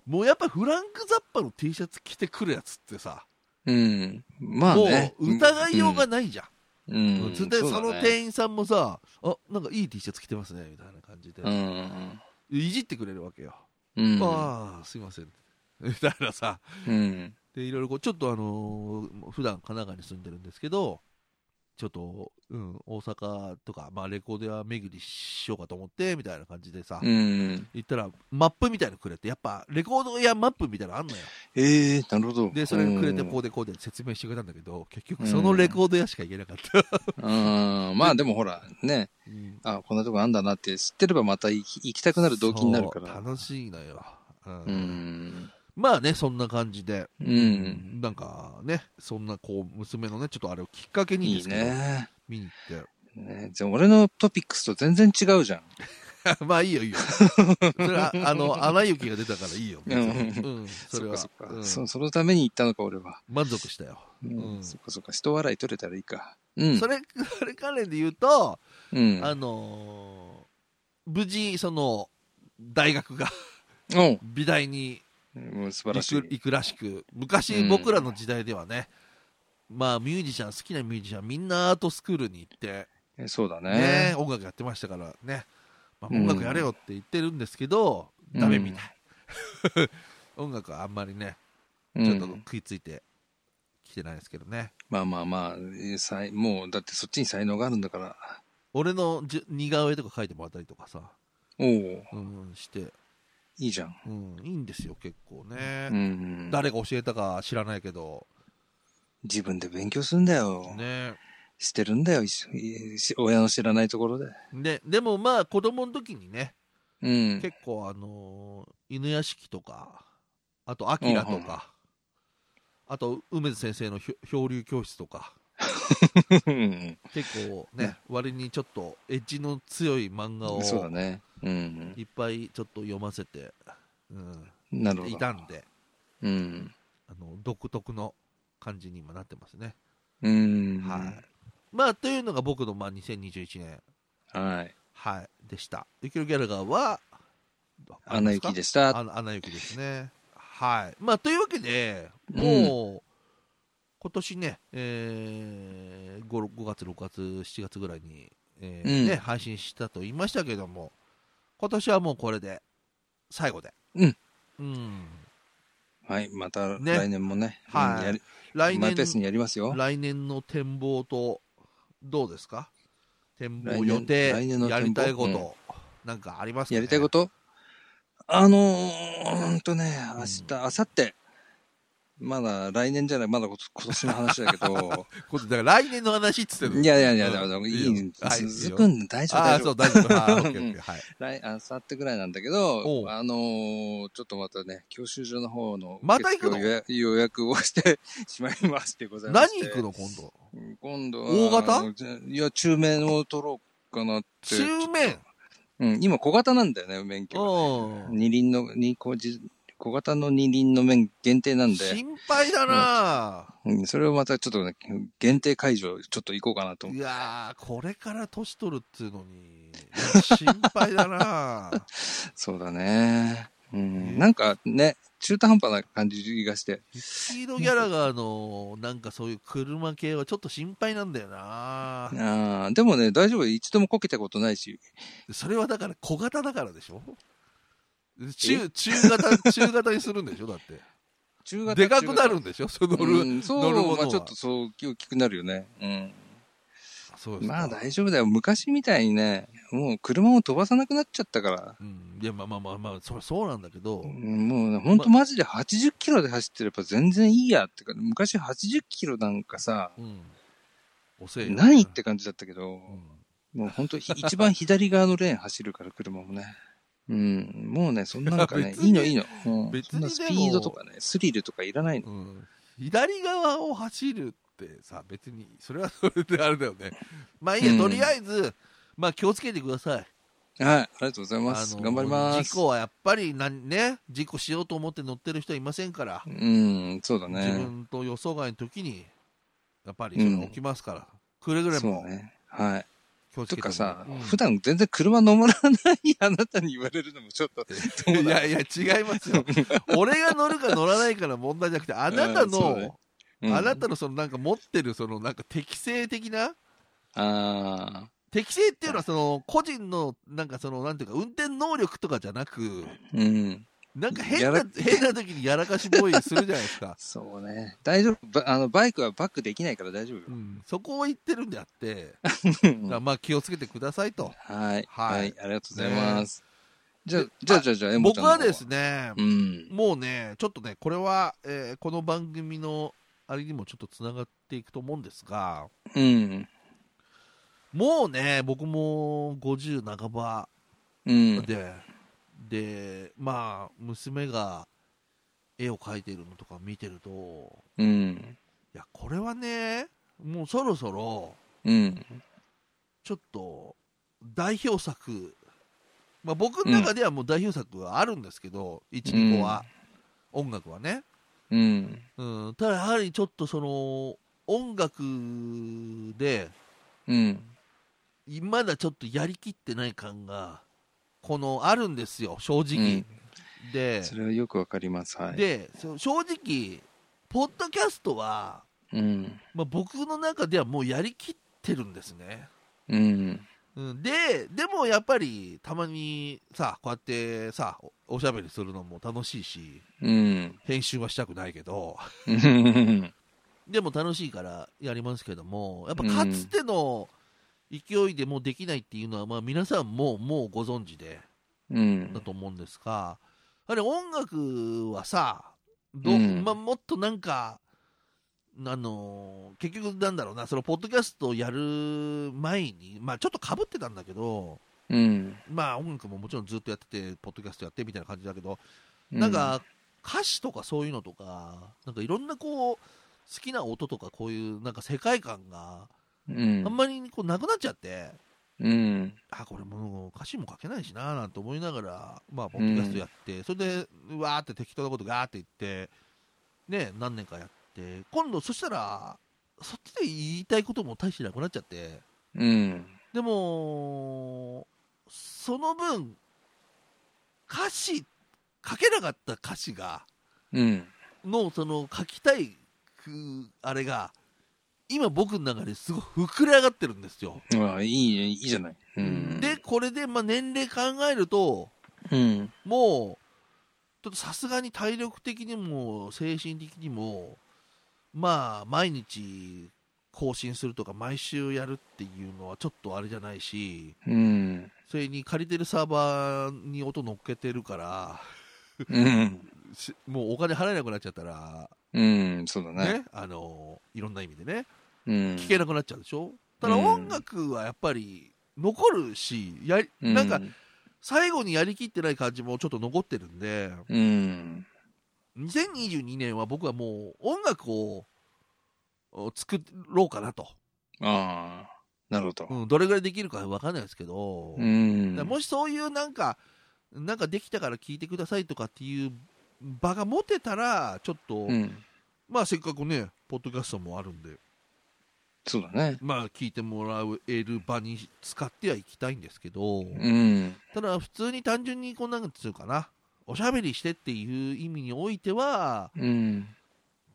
Speaker 1: もうやっぱフランク・ザッパの T シャツ着てくるやつってさ、
Speaker 2: うん。まあね。
Speaker 1: もう疑いようがないじゃん、
Speaker 2: うん。
Speaker 1: うんつってその
Speaker 2: 点
Speaker 1: 店員さんもさあなんかいい T シャツ着てますねみたいな感じで、
Speaker 2: うん。
Speaker 1: いじってくれるわけよ、
Speaker 2: うん。
Speaker 1: ああすいません <laughs> みたいなさ
Speaker 2: うん。
Speaker 1: でいろいろこうちょっとあのー普段神奈川に住んでるんですけどちょっと、うん、大阪とか、まあ、レコード屋巡りしようかと思ってみたいな感じでさ、
Speaker 2: うん。
Speaker 1: 行ったらマップみたいなのくれてやっぱレコード屋マップみたいなのあんのよ
Speaker 2: ええなるほど。
Speaker 1: でそれくれて
Speaker 2: うん
Speaker 1: こうでこうで説明してくれたんだけど結局そのレコード屋しか行けなかった、
Speaker 2: うん。まあでもほら、ね。
Speaker 1: うん
Speaker 2: あ、こんなとこあんだなって知ってればまた行き行きたくなる動機になるから。
Speaker 1: そう楽しいのよ、うん
Speaker 2: うん。
Speaker 1: まあねそんな感じで、
Speaker 2: うん。
Speaker 1: なんかねそんなこう娘のねちょっとあれをきっかけに
Speaker 2: い
Speaker 1: で
Speaker 2: い
Speaker 1: すけど
Speaker 2: ね。
Speaker 1: 見に行って
Speaker 2: ね、じゃあ俺のトピックスと全然違うじゃん。
Speaker 1: <laughs> まあいいよいいよ。それ
Speaker 2: <laughs>
Speaker 1: はあの穴雪が出たからいいよ。
Speaker 2: うん
Speaker 1: うん、それ
Speaker 2: っ
Speaker 1: は
Speaker 2: かそっか、
Speaker 1: うん
Speaker 2: そ。そのために行ったのか俺は。
Speaker 1: 満足したよ。
Speaker 2: うん。
Speaker 1: うん
Speaker 2: そっかそっか。人笑い取れたらいいか。うん。
Speaker 1: それ <laughs> それ関連で言うと、
Speaker 2: うん。
Speaker 1: あのー無事その大学が <laughs>
Speaker 2: おう
Speaker 1: 美大に
Speaker 2: もう素晴らし
Speaker 1: 行く
Speaker 2: い。
Speaker 1: 行くらしく、昔
Speaker 2: うん
Speaker 1: 僕らの時代ではね。まあミュージシャン好きなミュージシャンみんなアートスクールに行って、
Speaker 2: えそうだ
Speaker 1: ね
Speaker 2: ね。
Speaker 1: 音楽やってましたからね、まあ、
Speaker 2: うん
Speaker 1: 音楽やれよって言ってるんですけど、
Speaker 2: うん
Speaker 1: ダメみたい <laughs> 音楽はあんまりね
Speaker 2: うん
Speaker 1: ちょっと食いついてきてないですけどね。
Speaker 2: まあまあまあ、えー才もうだってそっちに才能があるんだから。
Speaker 1: 俺のじゅ似顔絵とか描いてもらったりとかさ、
Speaker 2: おお
Speaker 1: うん、して、
Speaker 2: いいじゃん。
Speaker 1: うん、いいんですよ、結構ね
Speaker 2: う。ん。
Speaker 1: 誰が教えたか知らないけど、
Speaker 2: 自分で勉強するんだよ。
Speaker 1: ね。
Speaker 2: してるんだよ。一緒いし親の知らないところで。
Speaker 1: で、でもまあ子供の時にね、
Speaker 2: うん。
Speaker 1: 結構あのー犬屋敷とか、あとアキラと
Speaker 2: うんうん
Speaker 1: か、あと梅津先生のひょ漂流教室とか、
Speaker 2: うん
Speaker 1: 結構ね、割にちょっとエッジの強い漫画を
Speaker 2: <laughs> そうだね。うん。
Speaker 1: いっぱいちょっと読ませて、うん、
Speaker 2: なるほど。
Speaker 1: いたんで、
Speaker 2: うん。
Speaker 1: あの独特の感じに今なってますね。
Speaker 2: うん。
Speaker 1: はい。まあというのが僕のまあ2021年
Speaker 2: はい。
Speaker 1: はいでした。ゆきるギャルガーは
Speaker 2: アナ雪ですし
Speaker 1: か。
Speaker 2: た。
Speaker 1: あのアナ雪ですね。はい。まあというわけで
Speaker 2: うん
Speaker 1: もう、今年ね、えー、5, 5月6月7月ぐらいに、えー
Speaker 2: うん
Speaker 1: ね配信したと言いましたけども今年はもうこれで最後で。
Speaker 2: うん。
Speaker 1: うん。
Speaker 2: はい。また
Speaker 1: ね
Speaker 2: 来年もね。
Speaker 1: はい
Speaker 2: うんやり
Speaker 1: 来
Speaker 2: マイ
Speaker 1: 年
Speaker 2: ペースにやりますよ。
Speaker 1: 来年の展望とどうですか展
Speaker 2: 来
Speaker 1: 望
Speaker 2: 年
Speaker 1: 予定
Speaker 2: 来年の展望
Speaker 1: やりたいこと、なんかありますか、ね、
Speaker 2: やりたいことあのー、ほんとね、明日、明後日。まだ来年じゃない、まだ今年の話
Speaker 1: <laughs>
Speaker 2: だけど。
Speaker 1: ことだから来年の話っつってんの
Speaker 2: いやいやいや、
Speaker 1: うん
Speaker 2: だからい
Speaker 1: よ
Speaker 2: い、
Speaker 1: はい
Speaker 2: 続く
Speaker 1: いいよ
Speaker 2: んで大丈夫
Speaker 1: ああ
Speaker 2: 大
Speaker 1: そ
Speaker 2: 丈
Speaker 1: う
Speaker 2: 夫。
Speaker 1: 大丈夫はいオッケーオッケーはい
Speaker 2: 来、明後日ぐらいなんだけ
Speaker 1: おう
Speaker 2: ど、あのー、ちょっとまたね、教習所の方の
Speaker 1: また行くの
Speaker 2: 受付を予約予約をしてしまいますでございま
Speaker 1: 何
Speaker 2: して
Speaker 1: 行くの今度
Speaker 2: 今度は。
Speaker 1: 大型
Speaker 2: あのじゃいや、中面を取ろうかなって。
Speaker 1: 中面
Speaker 2: うん、今小型なんだよね、免許が。
Speaker 1: うん
Speaker 2: 二輪の、二小じ小型の二輪の面限定なんで、
Speaker 1: 心配だな、
Speaker 2: うん、それをまたちょっとね、限定会場、ちょっと行こうかなと思
Speaker 1: い
Speaker 2: って。
Speaker 1: やーこれから年取るっつうのに心配だ
Speaker 2: <laughs>
Speaker 1: な
Speaker 2: そうだね。う、
Speaker 1: うんん
Speaker 2: なんかね、中途半端な感じがして。
Speaker 1: スピードギャラガーのなんかそういう車系はちょっと心配なんだよな
Speaker 2: あーでもね、大丈夫。一度もこけたことないし。
Speaker 1: それはだから小型だからでしょ中、中型、中型にするんでしょだって。
Speaker 2: 中型
Speaker 1: でかくなるんでしょその
Speaker 2: 中型
Speaker 1: ル、
Speaker 2: うん、そう、
Speaker 1: 乗るものは
Speaker 2: まあちょっとそう、大きくなるよね。うん。
Speaker 1: そうですか
Speaker 2: まあ大丈夫だよ。昔みたいにね、もう車を飛ばさなくなっちゃったから。
Speaker 1: うん。いや、まあまあまあまあ、そりゃそうなんだけど、
Speaker 2: うんもうね、ほんとマジで80キロで走ってれば全然いいやってか、昔80キロなんかさ、
Speaker 1: うん。遅いよ
Speaker 2: 何って感じだったけど
Speaker 1: う、ん
Speaker 2: もうほんと <laughs> ひ一番左側のレーン走るから車もね。うん、もうね、そんなのかね、
Speaker 1: 別に
Speaker 2: いいのいいの。うん
Speaker 1: 別
Speaker 2: そ
Speaker 1: に
Speaker 2: ん
Speaker 1: で
Speaker 2: な
Speaker 1: も
Speaker 2: スピードとかね、スリルとかいらないの。
Speaker 1: うん。左側を走るってさ、別 <laughs> に、それはそれであれだよね。まあいいや、
Speaker 2: うん
Speaker 1: とりあえず、まあ気をつけてください。
Speaker 2: はい、ありがとうございま
Speaker 1: あ
Speaker 2: す。
Speaker 1: の
Speaker 2: 頑張ります。
Speaker 1: 事故はやっぱりなん、ね、事故しようと思って乗ってる人はいませんから、
Speaker 2: うん、そうだ
Speaker 1: 自
Speaker 2: ね。
Speaker 1: 分と予想外の時に、やっぱりそれは起きますから、くれぐれ
Speaker 2: そう
Speaker 1: も
Speaker 2: ね。はい。
Speaker 1: 気をつ
Speaker 2: と
Speaker 1: けて
Speaker 2: かさ、
Speaker 1: うん
Speaker 2: 普段全然車乗らないあなたに言われるのもちょっと、どうないの
Speaker 1: やいや、違います
Speaker 2: <laughs>
Speaker 1: よ。俺が乗るか乗らないかの問題じゃなくて、あなた
Speaker 2: うんそうね
Speaker 1: の、
Speaker 2: うん
Speaker 1: あなたのそのなんか持ってる、そのなんか適性的な、
Speaker 2: あ
Speaker 1: 適性っていうのはその個人のなんかそのなんていうか運転能力とかじゃなく
Speaker 2: ーうん。
Speaker 1: なんか変
Speaker 2: や
Speaker 1: な
Speaker 2: ら、
Speaker 1: 変な時にやらかしボーイするじゃないですか
Speaker 2: そうね。大丈夫。ばあの、バイクはバックできないから大丈夫よ
Speaker 1: う。ん、そこを言ってるんであってだからまあ気をつけてくださいと
Speaker 2: はい。
Speaker 1: はい
Speaker 2: はい。ありがとうございます。じゃあ、じゃあ、じゃあ、じゃあ、エモち
Speaker 1: 僕
Speaker 2: ゃんの
Speaker 1: は
Speaker 2: 方
Speaker 1: です。ね
Speaker 2: うん。
Speaker 1: もうねちょっとねこれは、えーこの番組のあれにもちょっとつながっていくと思うんですが
Speaker 2: うん。
Speaker 1: もうね僕も50半ば
Speaker 2: うん。
Speaker 1: で、でまあ娘が絵を描いてるのとか見てると
Speaker 2: うん。
Speaker 1: いやこれはねもうそろそろ
Speaker 2: うん。
Speaker 1: ちょっと代表作、まあ、僕の中ではもう代表作はあるんですけど、12個は、音楽はね、
Speaker 2: うん。
Speaker 1: うん、ただやはりちょっとその音楽で
Speaker 2: うん。
Speaker 1: まだちょっとやりきってない感がこのあるんですよ正直、で
Speaker 2: それはよくわかります。はい。
Speaker 1: でそう正直ポッドキャストは、
Speaker 2: うん。
Speaker 1: まあ、僕の中ではもうやりきってるんですね
Speaker 2: うん。
Speaker 1: うん、ででもやっぱりたまにさこうやってさおおしゃべりするのも楽しいし
Speaker 2: うん。
Speaker 1: 編集はしたくないけど
Speaker 2: うん。
Speaker 1: でも楽しいからやりますけどもやっぱかつての勢いでもうできないっていうのは、まあ、皆さんももうご存知で
Speaker 2: うん
Speaker 1: だと思うんですがあれ音楽はさど、
Speaker 2: うん
Speaker 1: まあ、もっとなんかあのー結局なんだろうなそのポッドキャストをやる前に、まあ、ちょっとかぶってたんだけど
Speaker 2: うん。
Speaker 1: まあ音楽ももちろんずっとやってて、ポッドキャストやってみたいな感じだけど、なんか歌詞とかそういうのとか、なんかいろんなこう、好きな音とかこういうなんか世界観が
Speaker 2: うん、
Speaker 1: あんまりこうなくなっちゃって、
Speaker 2: うん。
Speaker 1: あ、これもう歌詞も書けないしなーなんて思いながら、まあポッドキャストやって、それで、うわーって適当なことガーって言って、ね、何年かやって、今度そしたら、そっちで言いたいことも大してなくなっちゃって、
Speaker 2: うん。
Speaker 1: でも、その分、歌詞、書けなかった歌詞が、
Speaker 2: うん。
Speaker 1: の、その、書きたい、くあれが、今僕の中ですごい膨れ上がってるんですよ。
Speaker 2: うわ、いいね、いいじゃない。うん。
Speaker 1: で、、これで、まあ、年齢考えると、
Speaker 2: うん。
Speaker 1: もう、ちょっとさすがに体力的にも、精神的にも、まあ、毎日更新するとか、毎週やるっていうのはちょっとあれじゃないし、
Speaker 2: うん。
Speaker 1: それに借りてるサーバーに音乗っけてるから、
Speaker 2: うん。
Speaker 1: しもうお金払えなくなっちゃったら、
Speaker 2: うん、そうだね。
Speaker 1: ね、あの、いろんな意味でね、
Speaker 2: うん。
Speaker 1: 聞けなくなっちゃうでしょただ
Speaker 2: うん
Speaker 1: 音楽はやっぱり残るし、やり
Speaker 2: うん
Speaker 1: なんか、最後にやりきってない感じもちょっと残ってるんで、
Speaker 2: うん。
Speaker 1: 2022年は僕はもう音楽をお作ろうかなと。
Speaker 2: ああ、なるほど。
Speaker 1: うん、どれぐらいできるかわかんないですけど、
Speaker 2: うん。
Speaker 1: だからもしそういうなんか、なんかできたから聞いてくださいとかっていう場が持てたら、ちょっと、
Speaker 2: うん。
Speaker 1: まあせっかくね、ポッドキャストもあるんで、
Speaker 2: そうだね。
Speaker 1: まあ聞いてもらえる場に使ってはいきたいんですけど、
Speaker 2: うん。
Speaker 1: ただ普通に単純にこんなんつうかな、おしゃべりしてっていう意味においては、
Speaker 2: うん。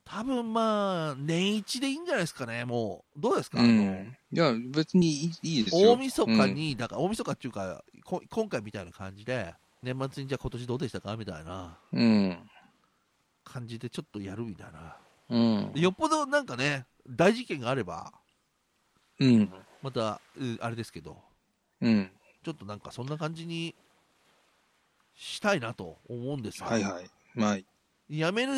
Speaker 1: 多分まあ、年一でいいんじゃないですかね、もう。どうですか、
Speaker 2: う
Speaker 1: あの
Speaker 2: ん。いや、別にいいいいですよ。
Speaker 1: 大晦日に、だから大晦日っていうかこ、今回みたいな感じで、年末にじゃあ今年どうでしたかみたいな。
Speaker 2: うん。
Speaker 1: 感じでちょっとやるみたいな
Speaker 2: うん。
Speaker 1: よっぽどなんかね大事件があれば
Speaker 2: うん。
Speaker 1: またうあれですけど
Speaker 2: うん。
Speaker 1: ちょっとなんかそんな感じにしたいなと思うんですよ
Speaker 2: はいはい。まあ、
Speaker 1: やめる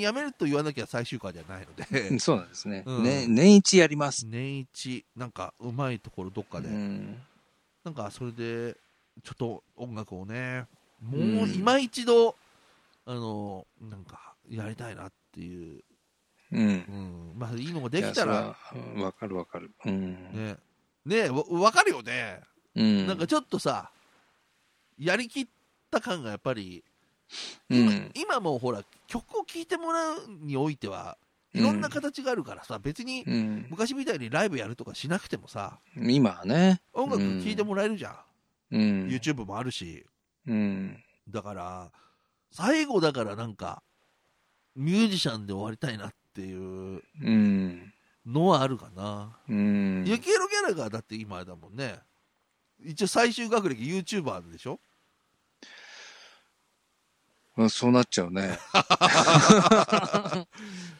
Speaker 1: やめると言わなきゃ最終回じゃないの
Speaker 2: う
Speaker 1: で
Speaker 2: んそうなんですね。
Speaker 1: うん
Speaker 2: ね、年一やります。
Speaker 1: 年一なんかうまいところどっ
Speaker 2: う
Speaker 1: かで、
Speaker 2: ん。
Speaker 1: なんかそれでちょっと音楽をね
Speaker 2: ん
Speaker 1: もう今一度あのなんかやりたいなっていう、
Speaker 2: うん。
Speaker 1: うん、まあいいのが
Speaker 2: い
Speaker 1: で
Speaker 2: や
Speaker 1: きたら、
Speaker 2: それはうんわかるわかる。うん。
Speaker 1: ねねわわかるよね
Speaker 2: うん。
Speaker 1: なんかちょっとさ、やりきった感がやっぱり、
Speaker 2: うん。
Speaker 1: 今もうほら、曲を聴いてもらうにおいては、いろんな形があるからさ、別に
Speaker 2: うん。
Speaker 1: 昔みたいにライブやるとかしなくてもさ、
Speaker 2: 今はね。
Speaker 1: 音楽聴いてもらえるじゃん。
Speaker 2: うん。
Speaker 1: YouTube もあるし、
Speaker 2: うん。
Speaker 1: だから、最後だからなんか、ミュージシャンで終わりたいなっていう
Speaker 2: うん。
Speaker 1: のはあるかな。
Speaker 2: うん。
Speaker 1: ユキエロギャラがだって今だもんね。一応最終学歴 YouTuber でしょ
Speaker 2: まあ、そうなっちゃう
Speaker 1: <laughs>
Speaker 2: ね。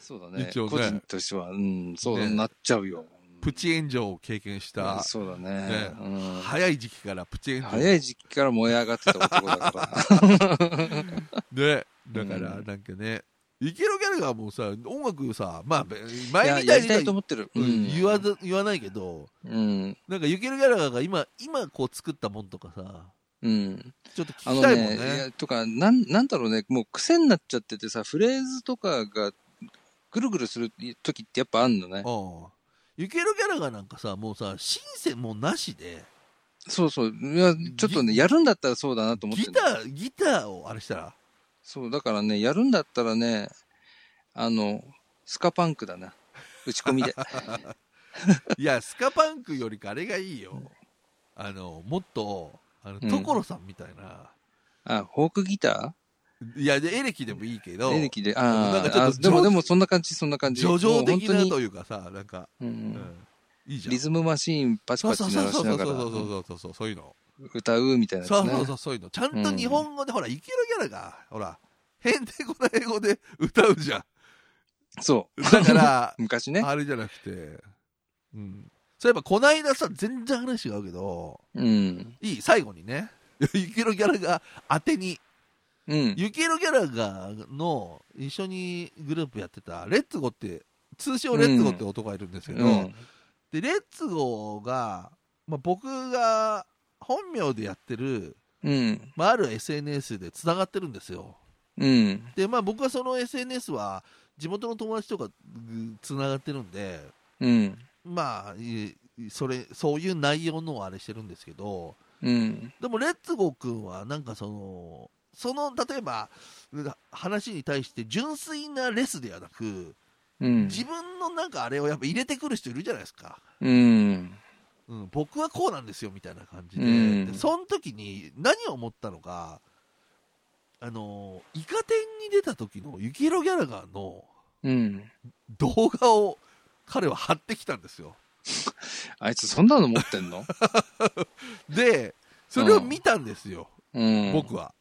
Speaker 2: そうだね。
Speaker 1: 一応ね
Speaker 2: 個人としては、うん、そうなっちゃうよ。
Speaker 1: プチ炎上を経験し
Speaker 2: うん
Speaker 1: た、
Speaker 2: そうだね。
Speaker 1: ね
Speaker 2: うん
Speaker 1: 早い時期からプチ炎上。
Speaker 2: 早い時期から燃え上がってた男だから。
Speaker 1: ね、だか
Speaker 2: う
Speaker 1: ら
Speaker 2: ん
Speaker 1: なんかね、イケロギャルがもうさ、音楽さ、まあ、べ
Speaker 2: い
Speaker 1: 前
Speaker 2: や
Speaker 1: みた
Speaker 2: や
Speaker 1: い
Speaker 2: りたいと
Speaker 1: に
Speaker 2: 思ってる。
Speaker 1: うん言わず言わないけど、
Speaker 2: うん。
Speaker 1: なんかユキエロギャラが今、今こう作ったもんとかさ、
Speaker 2: うん。
Speaker 1: ちょっと聞
Speaker 2: あ
Speaker 1: き
Speaker 2: の
Speaker 1: たいもん
Speaker 2: ね、い
Speaker 1: ね。
Speaker 2: やとか、なん、なんだろうね、もう癖になっちゃっててさ、フレーズとかがぐるぐるする時ってやっぱあんのね。
Speaker 1: うんユキエロギャラがなんかさ、もうさ、シンセもうなしで、
Speaker 2: そうそう。いや、ちょっとね、やるんだったらそうだなと思って
Speaker 1: ギ
Speaker 2: る
Speaker 1: ター、ギターをあれしたら、
Speaker 2: そう、だからね、やるんだったらね、あの、スカパンクだな。打ち
Speaker 1: <laughs>
Speaker 2: 込みで。
Speaker 1: いや、スカパンクよりかあれがいいよ。あの、もっと、あの、
Speaker 2: うん
Speaker 1: 所さんみたいな。
Speaker 2: あ、フォークギタ
Speaker 1: いや、でエレキでもいいけ
Speaker 2: ー
Speaker 1: ど、
Speaker 2: エレキで。
Speaker 1: なん
Speaker 2: あ
Speaker 1: かちょ
Speaker 2: あ、
Speaker 1: っと
Speaker 2: あでも
Speaker 1: 上
Speaker 2: でもそんな感じ、そんな感じ。
Speaker 1: 叙情的な
Speaker 2: もう本
Speaker 1: というかさ、なんか、
Speaker 2: 当に、うん
Speaker 1: いいじゃん。
Speaker 2: リズムマシーンパチ
Speaker 1: そう
Speaker 2: パチ
Speaker 1: そう
Speaker 2: 鳴
Speaker 1: そうそうそ
Speaker 2: らしなが
Speaker 1: う
Speaker 2: ら
Speaker 1: そうそうそうそうそういうの。
Speaker 2: 歌うみたいなやつ
Speaker 1: そう
Speaker 2: ね。
Speaker 1: そうそうそういうの。ちゃんと日本語で、ほら、生きるキャラが、ほら、変でこな英語で歌うじゃん。
Speaker 2: そ
Speaker 1: だから、
Speaker 2: う。 <laughs> 昔ね。
Speaker 1: あれじゃなくて、うん。そういえば、こないださ、全然話が合うけど、
Speaker 2: うん。
Speaker 1: いい、最後にね、 <laughs> ゆきろギャラが当てに、
Speaker 2: うん。
Speaker 1: ゆきろギャラがの一緒にグループやってた、レッツゴって、通称レッツゴって男がいるんですけど、
Speaker 2: うん
Speaker 1: でレッツゴーが、まあ、僕が本名でやってる、
Speaker 2: うん。
Speaker 1: まあ、ある SNS でつながってるんですよ
Speaker 2: うん。
Speaker 1: でまあ僕はその SNS は地元の友達とかつながってるんで
Speaker 2: うん。
Speaker 1: まあいそれそういう内容のをあれしてるんですけど
Speaker 2: うん。
Speaker 1: でもレッツゴーくんはなんかそのその例えば話に対して純粋なレスではなく
Speaker 2: うん。
Speaker 1: 自分のなんかあれをやっぱ入れてくる人いるじゃないですか
Speaker 2: うん。
Speaker 1: うん、僕はこうなんですよみたいな感じで,、
Speaker 2: うん
Speaker 1: でその時に何を思ったのかあのイカ天に出た時の雪色ギャラガーの
Speaker 2: うん。
Speaker 1: 動画を彼は貼ってきたんですよ
Speaker 2: あいつそんなの持ってんの
Speaker 1: でそれを見たんですよ、
Speaker 2: うん。
Speaker 1: 僕は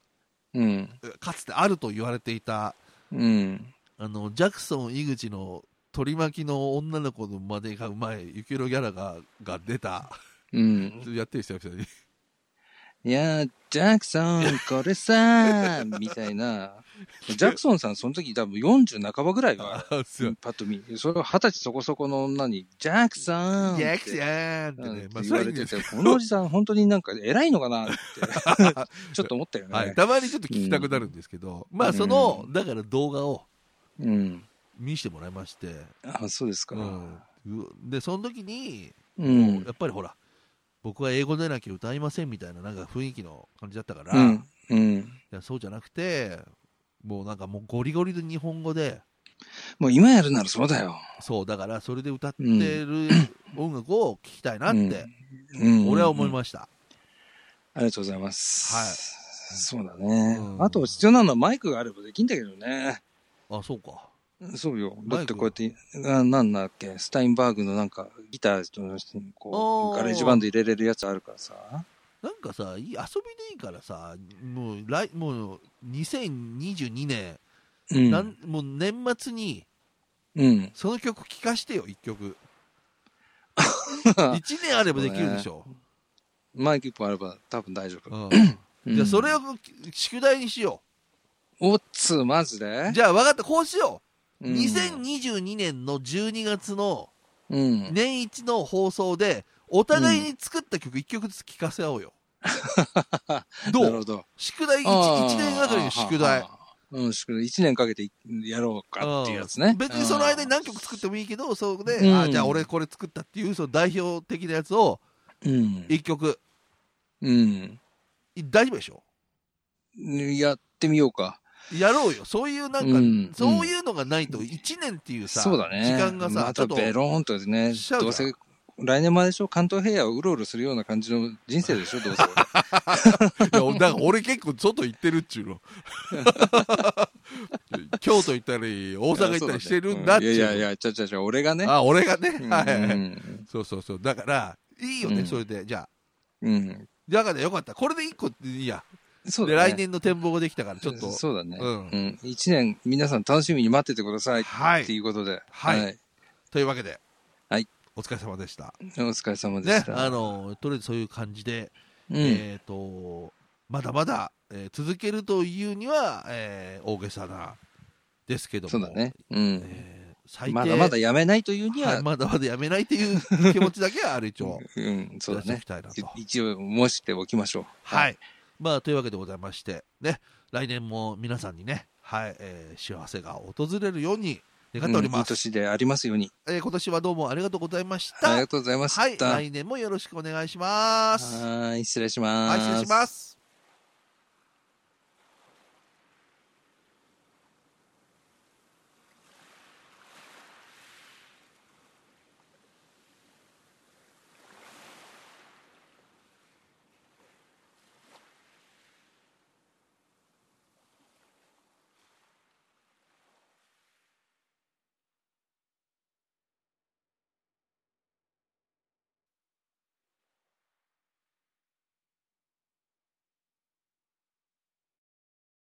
Speaker 2: うん。
Speaker 1: かつてあると言われていた
Speaker 2: うん。
Speaker 1: あのジャクソン井口の取り巻きの女の子のまでがうまい雪色ギャラガーが出た
Speaker 2: うん。
Speaker 1: やってる久々に
Speaker 2: いやー、ジャクソン、これさ
Speaker 1: <laughs>
Speaker 2: ー、みたいな。ジャクソンさん、その時多分40半ばぐらいは、
Speaker 1: あすいま
Speaker 2: パッと見。それを二十歳そこそこの女に、ジャクソ
Speaker 1: せ
Speaker 2: ン
Speaker 1: んジャクソン
Speaker 2: ン
Speaker 1: ってね、まあ、
Speaker 2: 言
Speaker 1: それ
Speaker 2: わ
Speaker 1: はいい
Speaker 2: れ
Speaker 1: んで
Speaker 2: て
Speaker 1: すけど
Speaker 2: て、このおじさん、本当になんか偉いのかなって、ちょっと思ったよね。
Speaker 1: はい、たまにちょっと聞きたくなるんですけど、まあその、だから動画を
Speaker 2: うん。
Speaker 1: 見せてもらいまして、
Speaker 2: あ、そうですか。
Speaker 1: うんうでその時に、
Speaker 2: う。
Speaker 1: もうんやっぱりほら僕は英語でなきゃ歌いませんみたいななんか雰囲気の感じだったから、
Speaker 2: う
Speaker 1: い
Speaker 2: ん。うん。
Speaker 1: やそうじゃなくてもうなんかもうゴリゴリで日本語で
Speaker 2: もう今やるならそうだよ。
Speaker 1: そうだからそれで歌ってる音楽を聴きたいなって、
Speaker 2: うん。
Speaker 1: 俺は思い
Speaker 2: す。
Speaker 1: ました、
Speaker 2: ありがとうございます。
Speaker 1: はい
Speaker 2: そうだね
Speaker 1: う。ん
Speaker 2: あと、必要なのはマイクがあればできんだけどね。
Speaker 1: あそうか
Speaker 2: そうよ。
Speaker 1: マイク
Speaker 2: だってこうやって、あなんだっけ、スタインバーグのなんか、ギターとこ
Speaker 1: あ
Speaker 2: う、
Speaker 1: ー
Speaker 2: ガレージバンド入れれるやつあるからさ。
Speaker 1: なんかさいい遊びでいいからさもう来もう2022年
Speaker 2: うん。
Speaker 1: なんもう年末に
Speaker 2: うん。
Speaker 1: その曲聴かしてよ1曲1年あればできるでしょ
Speaker 2: マイク一本あれば多分大丈夫。
Speaker 1: うん、じゃあそれ
Speaker 2: を。
Speaker 1: を宿題にしよ
Speaker 2: おっつー、マジ
Speaker 1: う
Speaker 2: で
Speaker 1: じゃあ分かったこうしよう、
Speaker 2: うん
Speaker 1: 2022年の12月の
Speaker 2: うん。
Speaker 1: 年一の放送でお互いに作った曲1曲ずつ聴かせ合おうよ、
Speaker 2: なる
Speaker 1: ど
Speaker 2: ほ
Speaker 1: う
Speaker 2: ど。
Speaker 1: 宿題 1,
Speaker 2: あー
Speaker 1: 年あたりの宿題。
Speaker 2: うん、宿題。一年かけてやろうかっていうやつね
Speaker 1: う。ん別にその間に何曲作ってもいいけどそこで、
Speaker 2: うん
Speaker 1: あじゃあ俺これ作ったっていうその代表的なやつを
Speaker 2: うん。
Speaker 1: 1曲
Speaker 2: うん。
Speaker 1: 大丈夫でしょ
Speaker 2: やってみようか。
Speaker 1: やろうよ。そういうなんか、
Speaker 2: うん
Speaker 1: そういうのがないと1年っていうさ、
Speaker 2: そうだね。
Speaker 1: 時間がさ、
Speaker 2: ま
Speaker 1: ちょ
Speaker 2: た
Speaker 1: っと
Speaker 2: ベローンとですね
Speaker 1: しちゃ、うじゃん
Speaker 2: どうせ、来年まででしょ関東平野をうろうろするような感じの人生でしょどうせ俺。
Speaker 1: いや <laughs> だから俺結構外行ってるっちゅう
Speaker 2: <laughs>
Speaker 1: の京都行ったり <laughs> 大阪行ったりしてるんだっ
Speaker 2: い
Speaker 1: ち
Speaker 2: や
Speaker 1: ゅう
Speaker 2: い
Speaker 1: の
Speaker 2: やいや、ちゃちゃちゃ、俺がね。
Speaker 1: あ俺がね、
Speaker 2: うん
Speaker 1: はいはいはいそうそうそうだからいいよね、
Speaker 2: うん
Speaker 1: それでじゃあ
Speaker 2: うん。
Speaker 1: だからよかったこれで一個いいや、
Speaker 2: そう
Speaker 1: で
Speaker 2: だね。
Speaker 1: 来年の展望ができたからちょっと
Speaker 2: そうだね。
Speaker 1: う
Speaker 2: うんん。一年、皆さん楽しみに待っててください。
Speaker 1: はい
Speaker 2: っていうことで。
Speaker 1: はい。というわけで、
Speaker 2: はい
Speaker 1: お疲れ様でした
Speaker 2: お疲れ様で
Speaker 1: ね
Speaker 2: した。
Speaker 1: あのとりあえずそういう感じで、
Speaker 2: うん。
Speaker 1: えっ、とまだまだ、えー続けるというには、えー大げさなですけども
Speaker 2: そうだね。うん。
Speaker 1: えー最低
Speaker 2: まだまだやめないというに
Speaker 1: は、
Speaker 2: はい
Speaker 1: まだまだやめないっていう
Speaker 2: <laughs>
Speaker 1: 気持ちだけはある一応
Speaker 2: うん、そうだ
Speaker 1: やってお
Speaker 2: ね
Speaker 1: き。たいなと。
Speaker 2: 一応、申しておきましょう。
Speaker 1: は。い、まあというわけでございましてね来年も皆さんにねはい、えー幸せが訪れるように願っており
Speaker 2: うんい
Speaker 1: ま
Speaker 2: い
Speaker 1: す。
Speaker 2: 年でありますように。
Speaker 1: えー今年はどうもありがとうございまし
Speaker 2: あり
Speaker 1: た
Speaker 2: が。とうございま
Speaker 1: はい
Speaker 2: した。
Speaker 1: 来年もよろしくお願いします。
Speaker 2: はーい、失礼しま
Speaker 1: は
Speaker 2: す。
Speaker 1: い失礼します。